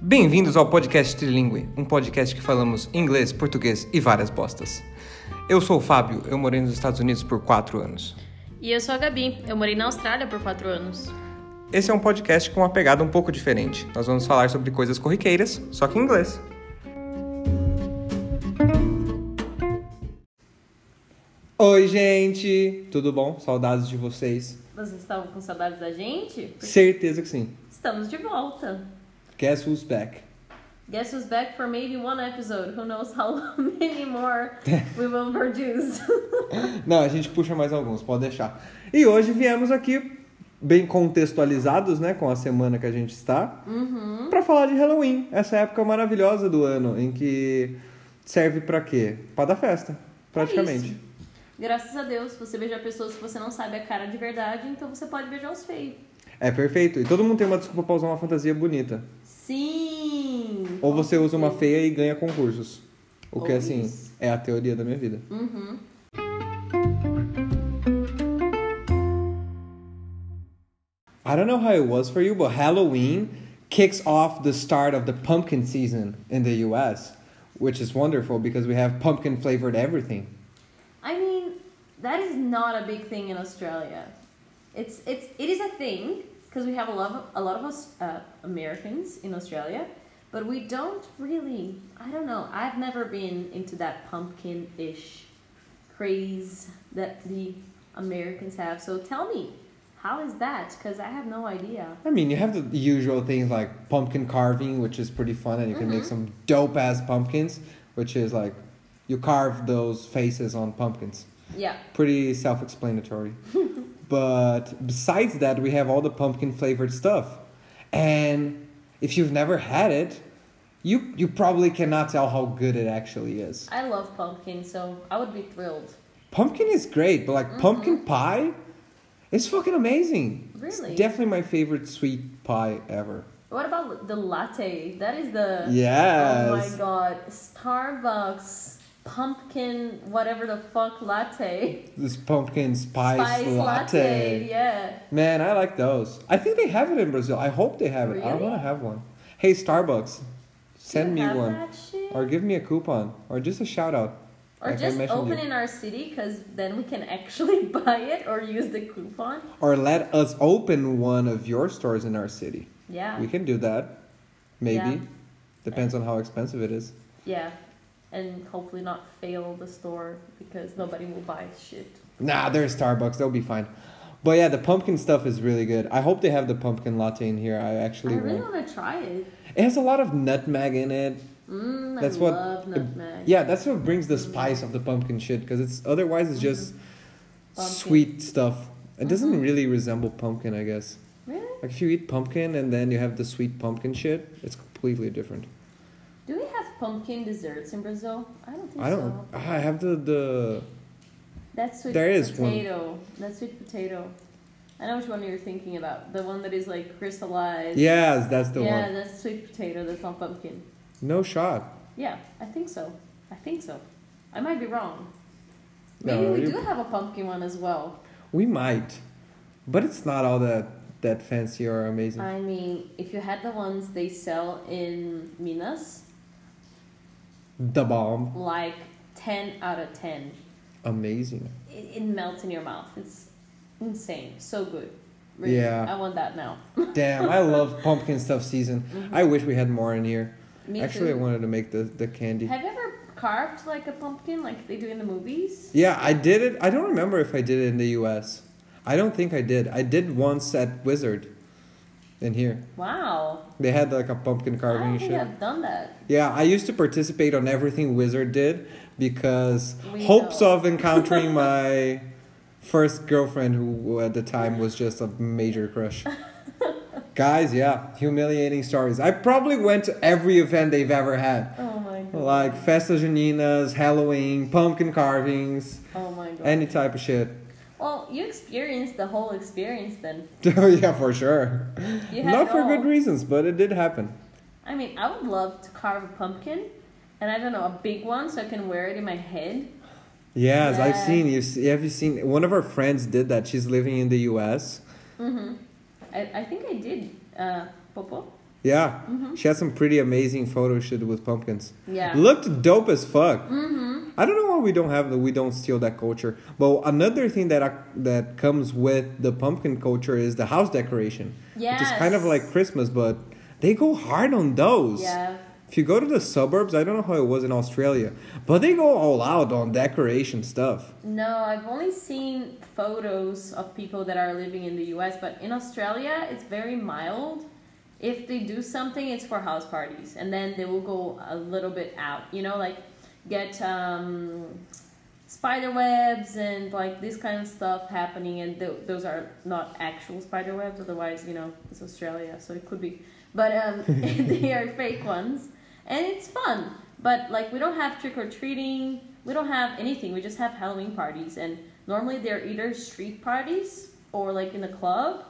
Bem-vindos ao podcast Trilingue, um podcast que falamos inglês, português e várias bostas. Eu sou o Fábio, eu morei nos Estados Unidos por quatro anos. E eu sou a Gabi, eu morei na Austrália por quatro anos. Esse é um podcast com uma pegada um pouco diferente. Nós vamos falar sobre coisas corriqueiras, só que em inglês. Oi, gente! Tudo bom? Saudades de vocês. Vocês estavam com saudades da gente? Porque Certeza que sim. Estamos de volta. Guess who's back? Guess who's back for maybe one episode? Who knows how many more we will produce? Não, a gente puxa mais alguns, pode deixar. E hoje viemos aqui, bem contextualizados, né, com a semana que a gente está, pra para falar de Halloween, essa época maravilhosa do ano, em que serve pra quê? Pra dar festa, praticamente. Graças a Deus, você beija pessoas que você não sabe a cara de verdade, então você pode beijar os feios. É, perfeito. E todo mundo tem uma desculpa pra usar uma fantasia bonita. Sim! Ou você usa uma feia e ganha concursos. O que, Ou assim, isso. é a teoria da minha vida. Uhum. I don't know how it was for you, but Halloween kicks off the start of the pumpkin season in the US, which is wonderful because we have pumpkin flavored everything. I mean, that is not a big thing in Australia. It's it's it is a thing because we have a lot of a lot of us uh, Americans in Australia, but we don't really. I don't know. I've never been into that pumpkin-ish craze that the Americans have. So tell me, how is that? Because I have no idea. I mean, you have the usual things like pumpkin carving, which is pretty fun, and you can Mm-hmm. make some dope ass pumpkins, which is like you carve those faces on pumpkins. Yeah. Pretty self explanatory. but besides that, we have all the pumpkin flavored stuff. And if you've never had it, you, you probably cannot tell how good it actually is. I love pumpkin, so I would be thrilled. Pumpkin is great, but like Mm-hmm. pumpkin pie is fucking amazing. Really? It's definitely my favorite sweet pie ever. What about the latte? That is the Oh Yes. my god, Starbucks pumpkin whatever the fuck latte. This pumpkin spice, Spice latte. yeah. Man, I like those. I think they have it in Brazil. I hope they have it. I Really? want to have one. Hey, Starbucks, send Do you me have one. That shit? Or, Or give me a coupon. Or just a shout out. like I just mentioned open you. in our city because then we can actually buy it or use the coupon. Or let us open one of your stores in our city. Yeah. We can do that. Maybe. Yeah. Depends on how expensive it is. yeah. And hopefully not fail the store because nobody will buy shit. Nah, there's Starbucks. They'll be fine. But yeah, the pumpkin stuff is really good. I hope they have the pumpkin latte in here. I actually I really want. want to try it. It has a lot of nutmeg in it. Mm, That's I what- love nutmeg. Yeah, that's what brings the spice of the pumpkin shit because it's otherwise it's just Mm-hmm. Pumpkin. Mm-hmm. sweet stuff. It doesn't really resemble pumpkin, I guess. Really? Like if you eat pumpkin and then you have the sweet pumpkin shit, it's completely different. Do we have pumpkin desserts in Brazil? I don't think I don't. Ah, so. I have the the. That's sweet There is one. potato. That's sweet potato. I know which one you're thinking about. The one that is like crystallized. Yes, that's the yeah, one. that's sweet potato. That's not pumpkin. No shot. Yeah, I think so. I think so. I might be wrong. No, Maybe we you- do have a pumpkin one as well. We might, but it's not all that that fancy or amazing. I mean, if you had the ones they sell in Minas, the bomb, like 10 out of 10, amazing. it, it melts in your mouth. It's insane. So good. Yeah. I want that now. Damn, I love pumpkin stuff season. I wish we had more in here. Mm-hmm. Me Actually, too. I wanted to make the the candy. Have you ever carved like a pumpkin like they do in the movies? Yeah, I did it. I don't remember if I did it in the U.S. I don't think I did. I did once at Wizard, in here. Wow. They had like a pumpkin I don't carving think shit. I've done that. Yeah, I used to participate on everything Wizard did because We hopes know. of encountering my first girlfriend, who at the time was just a major crush. Guys, yeah, humiliating stories. I probably went to every event they've ever had, Oh my god. like Festa Juninas, Halloween, pumpkin carvings, Oh my god. any type of shit. well, you experienced the whole experience then. Oh, yeah, for sure. You had Not it for all. good reasons, but it did happen. I mean, I would love to carve a pumpkin, and I don't know a big one so I can wear it in my head. Yes, I've Yeah. seen. You've, se- have you seen? One of our friends did that. She's living in the U.S. I, I think I did. Uh, Popo. Yeah. She had some pretty amazing photo shoot with pumpkins. Yeah. Looked dope as fuck. Mm-hmm. I don't know why we don't have the we don't steal that culture. But another thing that I, that comes with the pumpkin culture is the house decoration. Which is kind of Yes. like Christmas, but they go hard on those. Yeah. If you go to the suburbs, I don't know how it was in Australia, but they go all out on decoration stuff. No, I've only seen photos of people that are living in the US, but in Australia, it's very mild. If they do something, it's for house parties, and then they will go a little bit out, you know, like get um, spider webs and like this kind of stuff happening, and th- those are not actual spider webs, otherwise, you know, it's Australia, so it could be. But um, they are fake ones, and it's fun. But like, we don't have trick or treating, we don't have anything, we just have Halloween parties, and normally they're either street parties or like in the club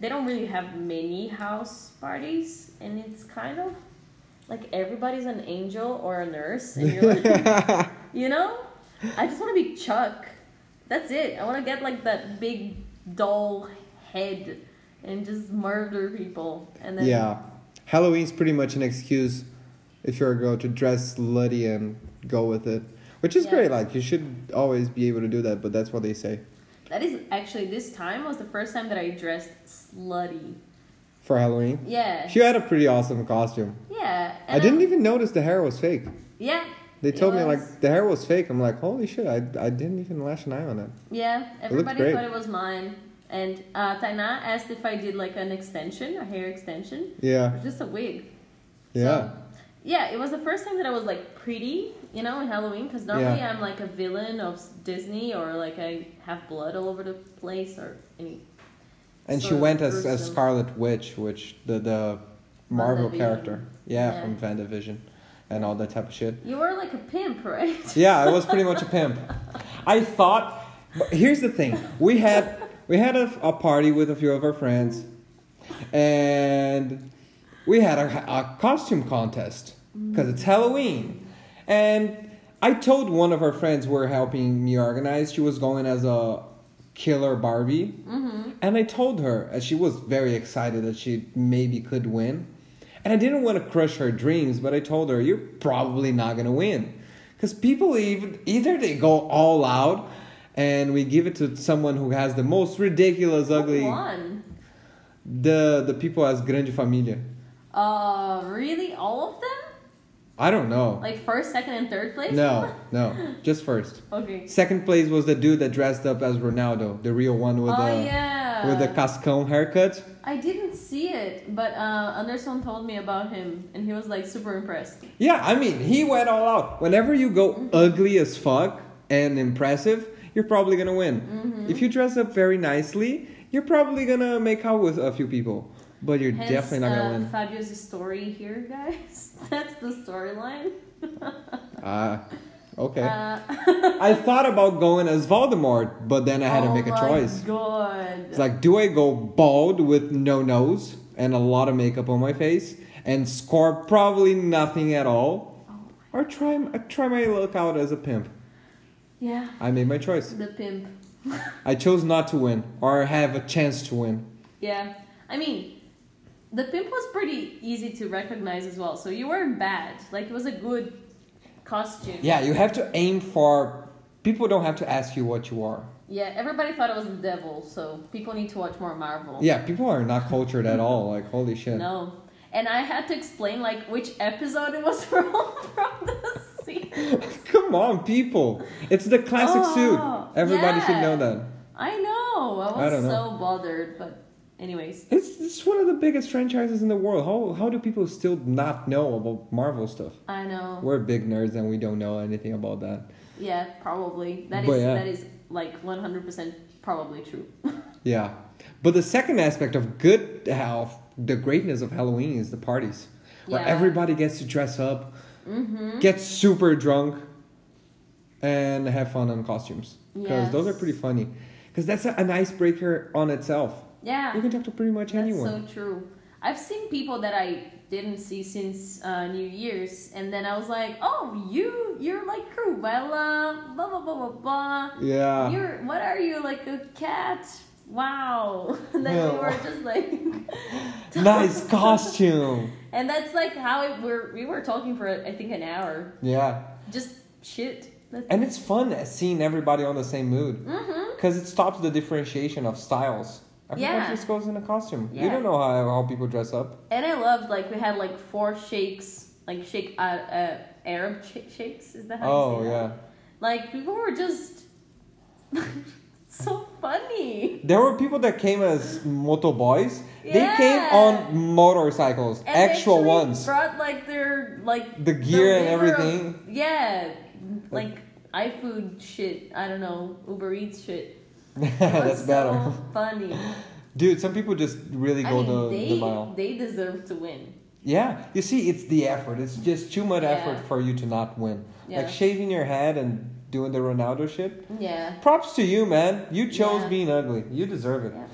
they don't really have many house parties, and it's kind of like everybody's an angel or a nurse, and you're like, you know, I just want to be Chuck. That's it. I want to get like that big doll head and just murder people, and then Yeah. Halloween's pretty much an excuse if you're a girl to dress slutty and go with it. Which is Yeah. great, like you should always be able to do that, but that's what they say. that is actually this time was the first time that I dressed slutty. For Halloween. Yeah, She had a pretty awesome costume. yeah. I didn't even notice the hair was fake. Yeah. They it told me was- like the hair was fake. I'm like, holy shit, I, I didn't even lash an eye on it. Yeah, everybody great. thought it was mine. And uh, Taina asked if I did like an extension, a hair extension, Yeah. or just a wig. Yeah. So, yeah, it was the first time that I was like pretty, you know, in Halloween, because normally I'm like a villain of Disney or like I have blood all over the place or any. and she sort of went as, as gruesome. Scarlet Witch, which the the Marvel WandaVision. character. Yeah, Yeah. from Vandavision and all that type of shit. You were like a pimp, right? Yeah, I was pretty much a pimp. I thought. But here's the thing: we had we had a, a party with a few of our friends, and we had a, a costume contest because it's Halloween. And I told one of our friends were helping me organize. She was going as a killer Barbie, and I told her, and she was very excited that she maybe could win. And I didn't want to crush her dreams, but I told her, "You're probably not gonna win." Because people even either they go all out and we give it to someone who has the most ridiculous, ugly One. the the people as grande família. Uh, really? All of them? I don't know. Like first, second, and third place? No, no, just first. Okay. Second place was the dude that dressed up as Ronaldo, the real one with oh the yeah. with the cascão haircut. I didn't see it, but uh, Anderson told me about him, and he was like super impressed. Yeah, I mean, he went all out. Whenever you go ugly as fuck and impressive, you're probably gonna win. Mm-hmm. If you dress up very nicely, you're probably gonna make out with a few people, but you're Hence, definitely not uh, gonna win. Fabio's story here, guys. That's the storyline. Ah, okay. Uh, I thought about going as Voldemort, but then I had to oh make a my choice. God. It's like, do I go bald with no nose and a lot of makeup on my face and score probably nothing at all, Oh, or try try my luck out as a pimp? yeah, I made my choice. the pimp. I chose not to win or have a chance to win. Yeah, I mean, the pimp was pretty easy to recognize as well. So you weren't bad. Like it was a good costume. Yeah, you have to aim for. People don't have to ask you what you are. Yeah, everybody thought it was the devil, so people need to watch more Marvel. Yeah, people are not cultured at all. Like, holy shit. No. And I had to explain like which episode it was from from the scene. Come on, people. It's the classic Oh, suit. Everybody should yeah. know that. I know. I I was don't know. so bothered, but anyways. It's, it's one of the biggest franchises in the world. How, how do people still not know about Marvel stuff? I know. We're big nerds and we don't know anything about that. Yeah, probably. That is But yeah. that is like 100% probably true. Yeah. But the second aspect of good health, the greatness of Halloween is the parties. Where Yeah. Mm-hmm. everybody gets to dress up, get super drunk, and have fun on costumes. Because those are Yes. pretty funny. Because that's a, an icebreaker on itself. yeah. You can talk to pretty much anyone. That's so true. I've seen people that I didn't see since uh, New Year's, and then I was like, "Oh, you, you're like Cruella, blah blah blah blah blah. yeah. You're what are you like a cat wow. that we Não. were just like. Nice costume! And that's like how it, we're, we were talking for, I think, an hour. Yeah. Just shit. That's, And it's fun uh, seeing everybody on the same mood mm-hmm. because it stops the differentiation of styles. Everyone Yeah. just goes in a costume. You Yeah. don't know how, how people dress up. And I loved, like, we had like four sheikhs, like, sheikh, uh, uh, Arab sh- sheikhs, is that how oh, you say yeah. that? Like, people were just so funny. There were people that came as motoboys. Yeah. They came on motorcycles, And they actual actually ones. Brought, like, their, like, The gear and river of- everything. yeah. Like, iFood shit. I don't know. Uber Eats shit. It was That's so better. funny. Dude, some people just really I go mean, the, they, the mile. they deserve to win. Yeah, you see, it's the effort. It's just too much Yeah. effort for you to not win. Yeah. Like shaving your head and doing the Ronaldo shit. Yeah. Props to you, man. You chose Yeah. being ugly. You deserve it. Yeah.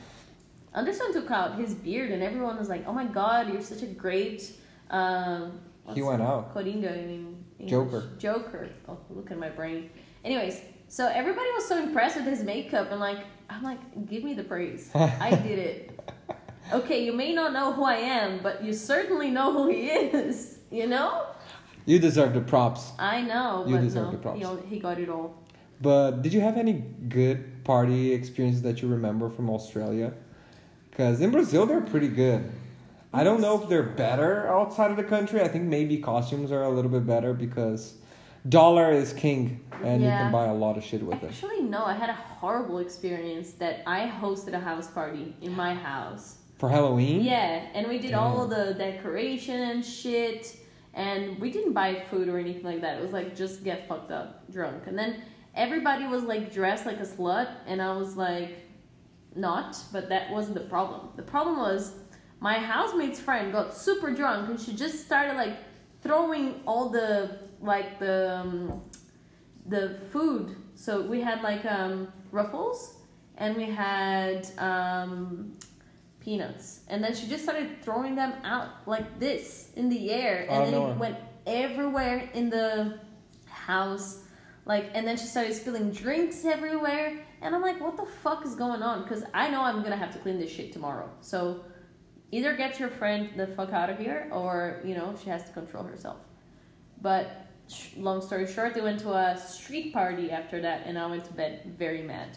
Anderson took out his beard, and everyone was like, "Oh my God, you're such a great." Um, what's He went out. Coringa in English. Joker. Joker. Oh, look at my brain. Anyways, so everybody was so impressed with his makeup, and like, I'm like, give me the praise. I did it. Okay, you may not know who I am, but you certainly know who he is. You know? You deserve the props. I know, You but deserve no, the props. you know, he got it all. But did you have any good party experiences that you remember from Australia? Because in Brazil, they're pretty good. I don't know if they're better outside of the country. I think maybe costumes are a little bit better because dollar is king and you Yeah. can buy a lot of shit with it. Actually, no, I had a horrible experience that I hosted a house party in my house. For Halloween? Yeah, and we did all the decoration and shit, and we didn't buy food or anything like that. It was like just get fucked up, drunk, and then everybody was like dressed like a slut, and I was like, not. But that wasn't the problem. The problem was my housemate's friend got super drunk, and she just started like throwing all the like the um, the food. So we had like um, ruffles, and we had. Um, peanuts. And then she just started throwing them out like this in the air. Out of And then nowhere. it went everywhere in the house. Like and then she started spilling drinks everywhere. And I'm like, what the fuck is going on? Because I know I'm gonna have to clean this shit tomorrow. So either get your friend the fuck out of here or you know, she has to control herself. But sh- long story short, they went to a street party after that and I went to bed very mad.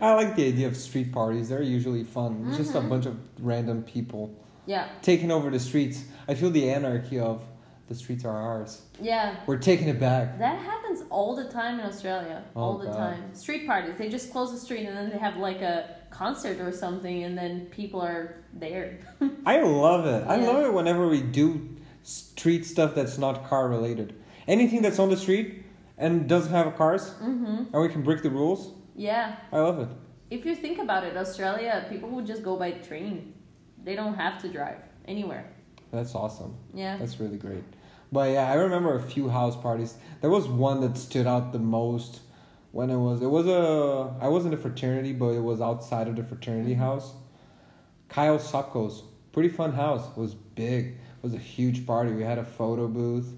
I like the idea of street parties. They're usually fun. It's Just a Mm-hmm. bunch of random people Yeah. taking over the streets. I feel the anarchy of the streets are ours. Yeah. We're taking it back. That happens all the time in Australia. Oh, all the God. time. Street parties. They just close the street and then they have like a concert or something and then people are there. I love it. I Yeah. love it whenever we do street stuff that's not car related. Anything that's on the street and doesn't have cars hmm and we can break the rules. Yeah. I love it. If you think about it, Australia, people who just go by train, they don't have to drive anywhere. That's awesome. Yeah. That's really great. But yeah, I remember a few house parties. There was one that stood out the most when it was it was a I was in a fraternity, but it was outside of the fraternity house. Kyle Succo's pretty fun house. It was big. It was a huge party. We had a photo booth.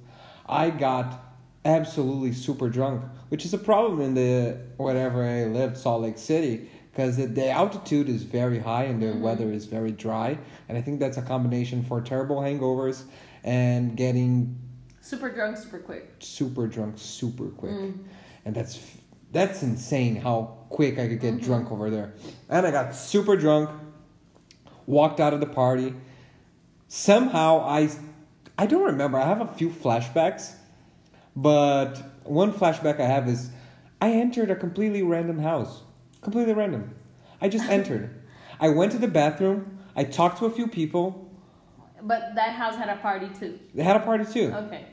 I got absolutely super drunk, which is a problem in the whatever I lived, Salt Lake City, because the, the altitude is very high and the weather is very dry, and I think that's a combination for terrible hangovers and getting Super drunk, super quick. super drunk super quick and that's that's insane how quick i could get drunk over there and i got super drunk walked out of the party somehow i i don't remember i have a few flashbacks but one flashback i have is i entered a completely random house completely random i just entered i went to the bathroom i talked to a few people But that house had a party too. they had a party too Okay.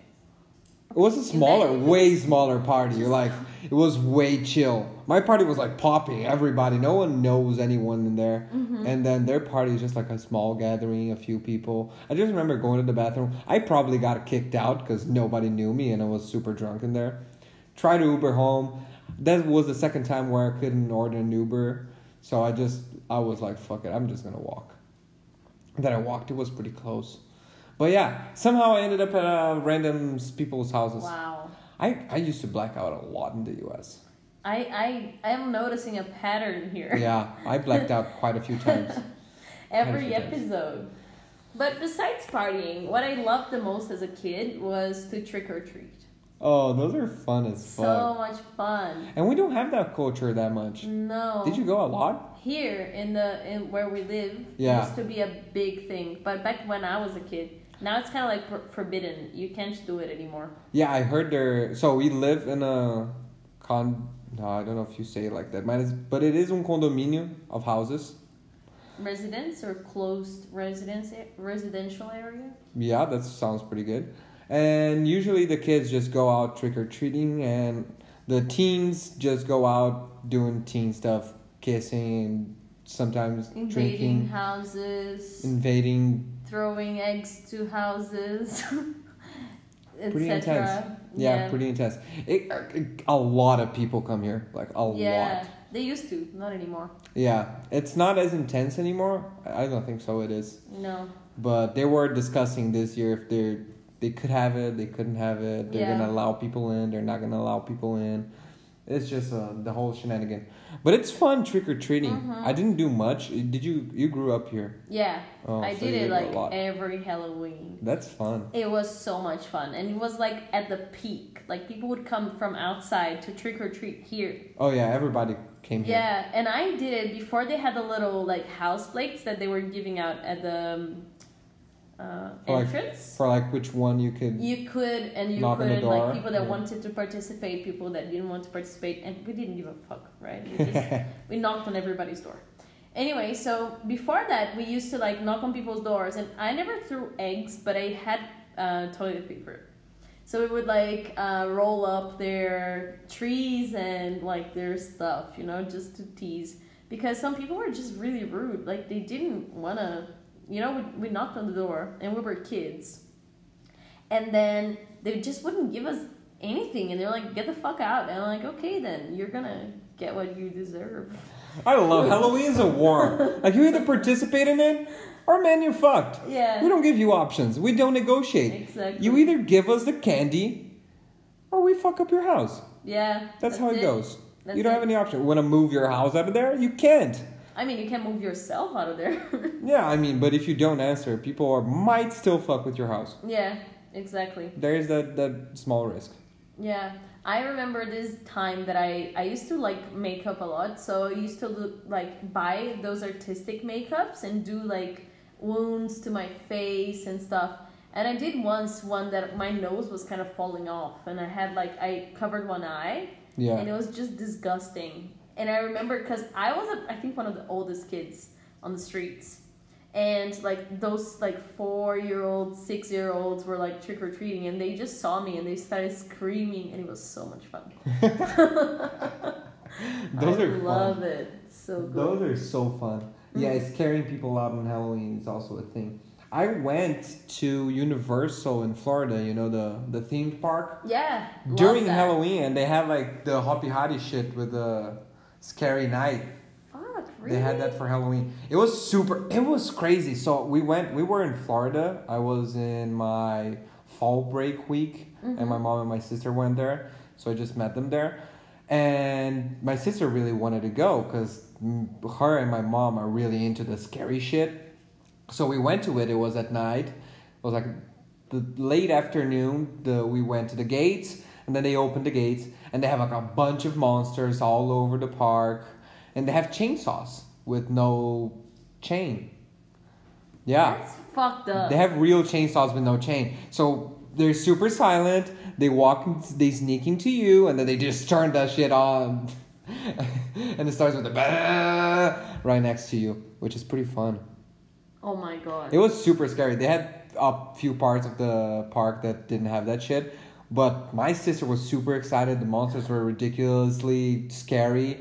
it was a smaller, Imagine if way smaller party. Like it was way chill. My party was like popping. Everybody, no one knows anyone in there. And then their party is just like a small gathering, a few people. I just remember going to the bathroom. I probably got kicked out because nobody knew me, and I was super drunk in there. Tried to Uber home. That was the second time where I couldn't order an Uber, so I just I was like, fuck it, I'm just gonna walk that I walked. It was pretty close. But yeah, somehow I ended up at uh, random people's houses. Wow. I, I used to black out a lot in the US. I I am noticing a pattern here. Yeah, I blacked out quite a few times. Every Kind of it is. episode. But besides partying, what I loved the most as a kid was to trick or treat. Oh, those are fun as So fuck. much fun. And we don't have that culture that much. No. Did you go a lot? Here in the in where we live Yeah. used to be a big thing, but back when I was a kid, now it's kind of like for- forbidden. You can't do it anymore. Yeah, I heard there. So we live in a con. No, I don't know if you say it like that, Mine is- but it is un condomínio of houses. Residence or closed residence residential area. Yeah, that sounds pretty good. And usually the kids just go out trick or treating, and the teens just go out doing teen stuff, kissing, and sometimes Invading drinking, houses, invading. throwing eggs to houses, Pretty etc. Yeah, pretty intense. It, it- a lot of people come here, like a yeah, lot. they used to, not anymore. Yeah, it's not as intense anymore. I don't think so. It is, No, but they were discussing this year if they are they could have it, they couldn't have it. They're Yeah. gonna allow people in. They're not gonna allow people in. It's just uh, the whole shenanigan, but it's fun trick or treating. Mhm. I didn't do much. Eh, Did you? You grew up here. yeah, Oh, I so did you it go like eh a lot. every Halloween. That's fun. It was so much fun, and it was like at the peak. Like people would come from outside to trick or treat here. Oh yeah, everybody came here. Yeah, and I did it before they had the little like house plates that they were giving out at the um, uh, Oh, like- entrance. For like which one you could. You could and you Knock on the couldn't door, like people that yeah. wanted to participate, people that didn't want to participate, and we didn't give a fuck, right? We, just, we knocked on everybody's door. Anyway, so before that, we used to like knock on people's doors, and I never threw eggs, but I had uh, toilet paper. So we would like uh, roll up their trees and like their stuff, you know, just to tease. Because some people were just really rude. Like they didn't wanna, you know, we, we knocked on the door and we were kids. And then they just wouldn't give us anything and they're like, get the fuck out. And I'm like, okay then, you're gonna get what you deserve. I love Halloween's a war. Like you either participate in it, or man, you're fucked. We Yeah. don't give you options. We don't negotiate. Exactly. You either give us the candy, or we fuck up your house. yeah. That's, how it, goes. That's you don't it. have any option. Want to move your house out of there? You can't. I mean, you can't move yourself out of there. Yeah, I mean, but if you don't answer, people are, might still fuck with your house. yeah, exactly. There is that, that small risk. Yeah, I remember this time that I I used to like makeup a lot, so I used to look, like buy those artistic makeups and do like wounds to my face and stuff. And I did once one that my nose was kind of falling off, and I had like I covered one eye, and Yeah. it was just disgusting. And I remember because I was, a, I think, one of the oldest kids on the streets, and like those like four year olds, six year olds were like trick or treating, and they just saw me and they started screaming, and it was so much fun. Those I are love fun. it. So good. Those are so fun. Yeah, Mm-hmm. it's carrying people out on Halloween is also a thing. I went to Universal in Florida, you know, the, the themed park. yeah. love during that. Halloween, and they had like the Hoppy Hottie shit with the scary night. Fuck, really? They had that for Halloween. It was super. It was crazy. So we went. We were in Florida. I was in my fall break week, and my mom and my sister went there. So I just met them there, and my sister really wanted to go because her and my mom are really into the scary shit. So we went to it. It was at night. It was like the late afternoon. The we went to the gates, and then they opened the gates, and they have like a bunch of monsters all over the park, and they have chainsaws with no chain. Yeah, That's fucked up. they have real chainsaws with no chain. So they're super silent. They walk, they sneak into you, and then they just turn that shit on, and it starts with a bah right next to you, which is pretty fun. oh my god. It was super scary. They had a few parts of the park that didn't have that shit. But my sister was super excited. The monsters were ridiculously scary.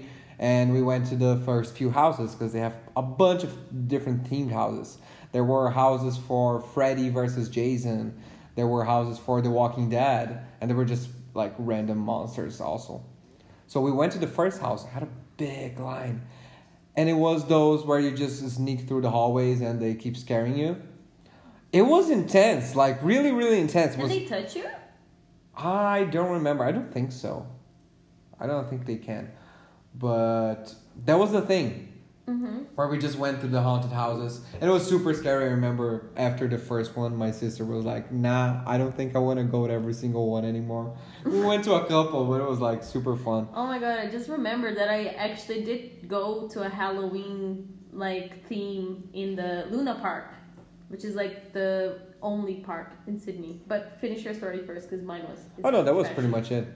And we went to the first few houses because they have a bunch of different themed houses. There were houses for Freddy versus Jason. There were houses for The Walking Dead. And there were just like random monsters also. So we went to the first house, had a big line. And it was those where you just sneak through the hallways and they keep scaring you. It was intense, like really, really intense. Did Was- they touch you? I don't remember. I don't think so. I don't think they can. But that was the thing Mm-hmm. where we just went through the haunted houses. And it was super scary. I remember after the first one, my sister was like, "Nah, I don't think I want to go to every single one anymore." We went to a couple, but it was like super fun. Oh my god, I just remembered that I actually did go to a Halloween like theme in the Luna Park, which is like the only park in Sydney. But finish your story first because mine was. Oh no, that was pretty much. much it.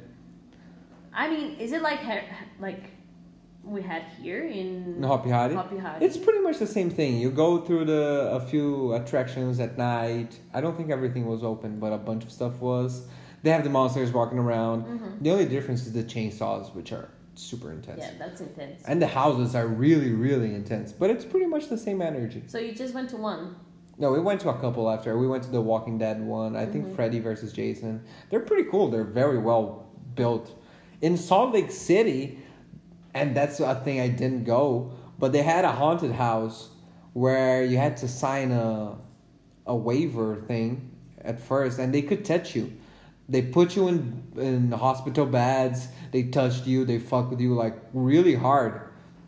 I mean, is it like he- like we had here in No Hopi Hari. Hopi Hari? It's pretty much the same thing. You go through the a few attractions at night. I don't think everything was open, but a bunch of stuff was. They have the monsters walking around. Mm-hmm. The only difference is the chainsaws, which are super intense. yeah, that's intense. And the houses are really, really intense, but it's pretty much the same energy. so you just went to one. No, we went to a couple after. We went to the Walking Dead one. I think Freddy versus Jason. They're pretty cool. They're very well built. In Salt Lake City, and that's a thing I didn't go, but they had a haunted house where you had to sign a a waiver thing at first, and they could touch you. They put you in in hospital beds. They touched you. They fuck with you like really hard,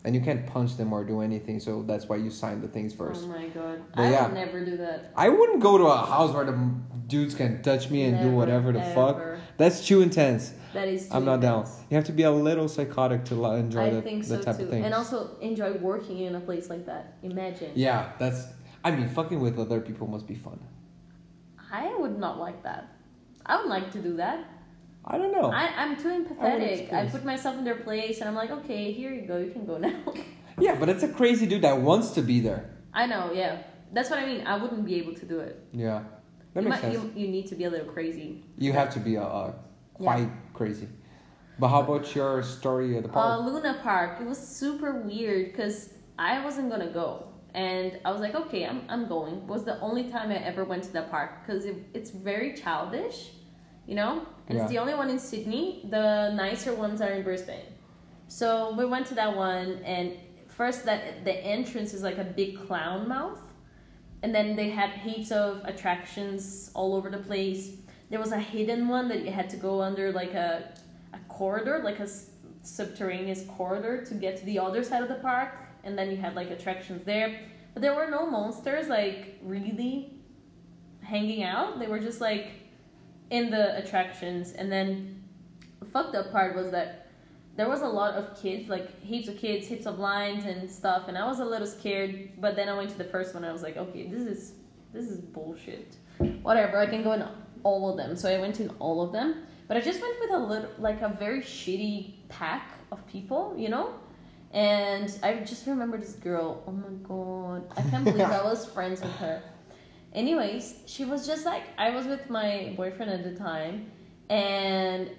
and you can't punch them or do anything. So that's why you sign the things first. Oh my god, But I yeah. would never do that. I wouldn't go to a house where the m- dudes can touch me and do Never, whatever the ever. fuck. That's too intense. That is. Too I'm not down. intense. You have to be a little psychotic to li- enjoy I the, think the so type too, of thing. and also enjoy working in a place like that. Imagine. yeah, that's. I mean, fucking with other people must be fun. I would not like that. I would like to do that. Oh. I don't know. I, I'm too empathetic. I, experience. put myself in their place and I'm like, okay, here you go, you can go now. yeah, but it's a crazy dude that wants to be there. I know, yeah. That's what I mean. I wouldn't be able to do it. Yeah, that you, makes might- sense. You, you need to be a little crazy. You, have to be a, a Yeah. quite crazy. But how about your story at the Uh, park? Luna Park. It was super weird because I wasn't gonna go, and I was like, okay, I'm I'm going. It was the only time I ever went to the park because it, it's very childish, you know, and it's Yeah. the only one in Sydney. The nicer ones are in Brisbane, so we went to that one, and first that the entrance is like a big clown mouth, and then they had heaps of attractions all over the place. There was a hidden one that you had to go under like a a corridor, like a s- subterraneous corridor to get to the other side of the park, and then you had like attractions there. But there were no monsters like really hanging out. They were just like in the attractions, and then the fucked up part was that there was a lot of kids, like heaps of kids, heaps of lines and stuff, and I was a little scared. But then I went to the first one, and I was like, okay, this is this is bullshit. Whatever, I can go in all of them. So I went in all of them, but I just went with a little, like a very shitty pack of people, you know. And I just remember this girl. Oh my god, I can't believe I was friends with her. Anyways, she was just like I was with my boyfriend at the time, and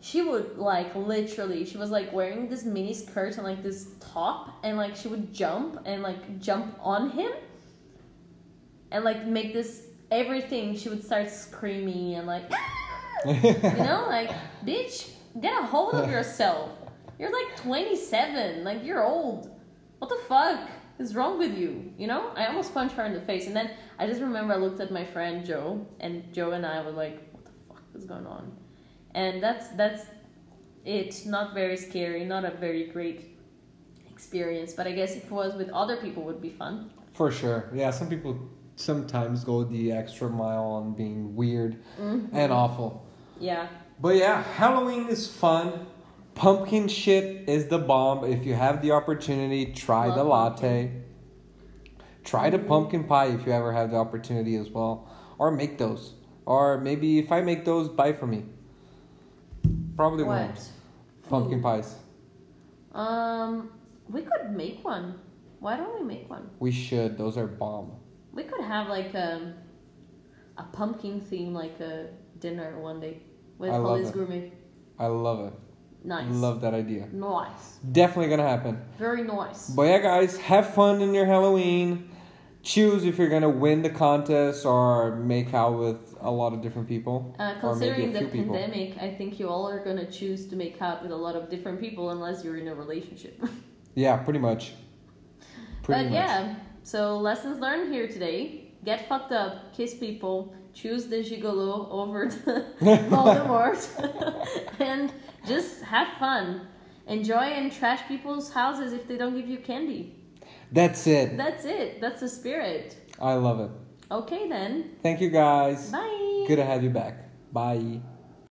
she would like literally she was like wearing this mini skirt and like this top and like she would jump and like jump on him and like make this everything she would start screaming and like you know like bitch get a hold of yourself you're like 27 like you're old what the fuck is wrong with you you know i almost punched her in the face and then i just remember i looked at my friend joe and joe and i were like what the fuck is going on and that's that's it not very scary not a very great experience but i guess if it was with other people would be fun For sure. Yeah, some people sometimes go the extra mile on being weird Mm-hmm. and awful. yeah But yeah, Halloween is fun. Pumpkin shit is the bomb. If you have the opportunity, try Love the latte. Try the pumpkin pie if you ever have the opportunity as well. Or make those. Or maybe if I make those, buy for me. Probably won't. what Pumpkin pies. um we could make one why don't we make one We should. Those are bomb. we could have like a a pumpkin theme like a dinner one day with I love Holly's it. gourmet I love it. nice Love that idea. nice Definitely gonna happen. very nice But yeah, guys, have fun in your Halloween. Choose if you're gonna win the contest or make out with a lot of different people. uh, or maybe a considering the few people. pandemic, I think you all are gonna choose to make out with a lot of different people unless you're in a relationship. Yeah, pretty much. Pretty but much. Uh, yeah, so lessons learned here today. Get fucked up, kiss people, choose the gigolo over the Voldemort, and Just have fun. Enjoy and trash people's houses if they don't give you candy. That's it. That's it. That's the spirit. I love it. Okay then. Thank you guys. Bye. Good to have you back. Bye.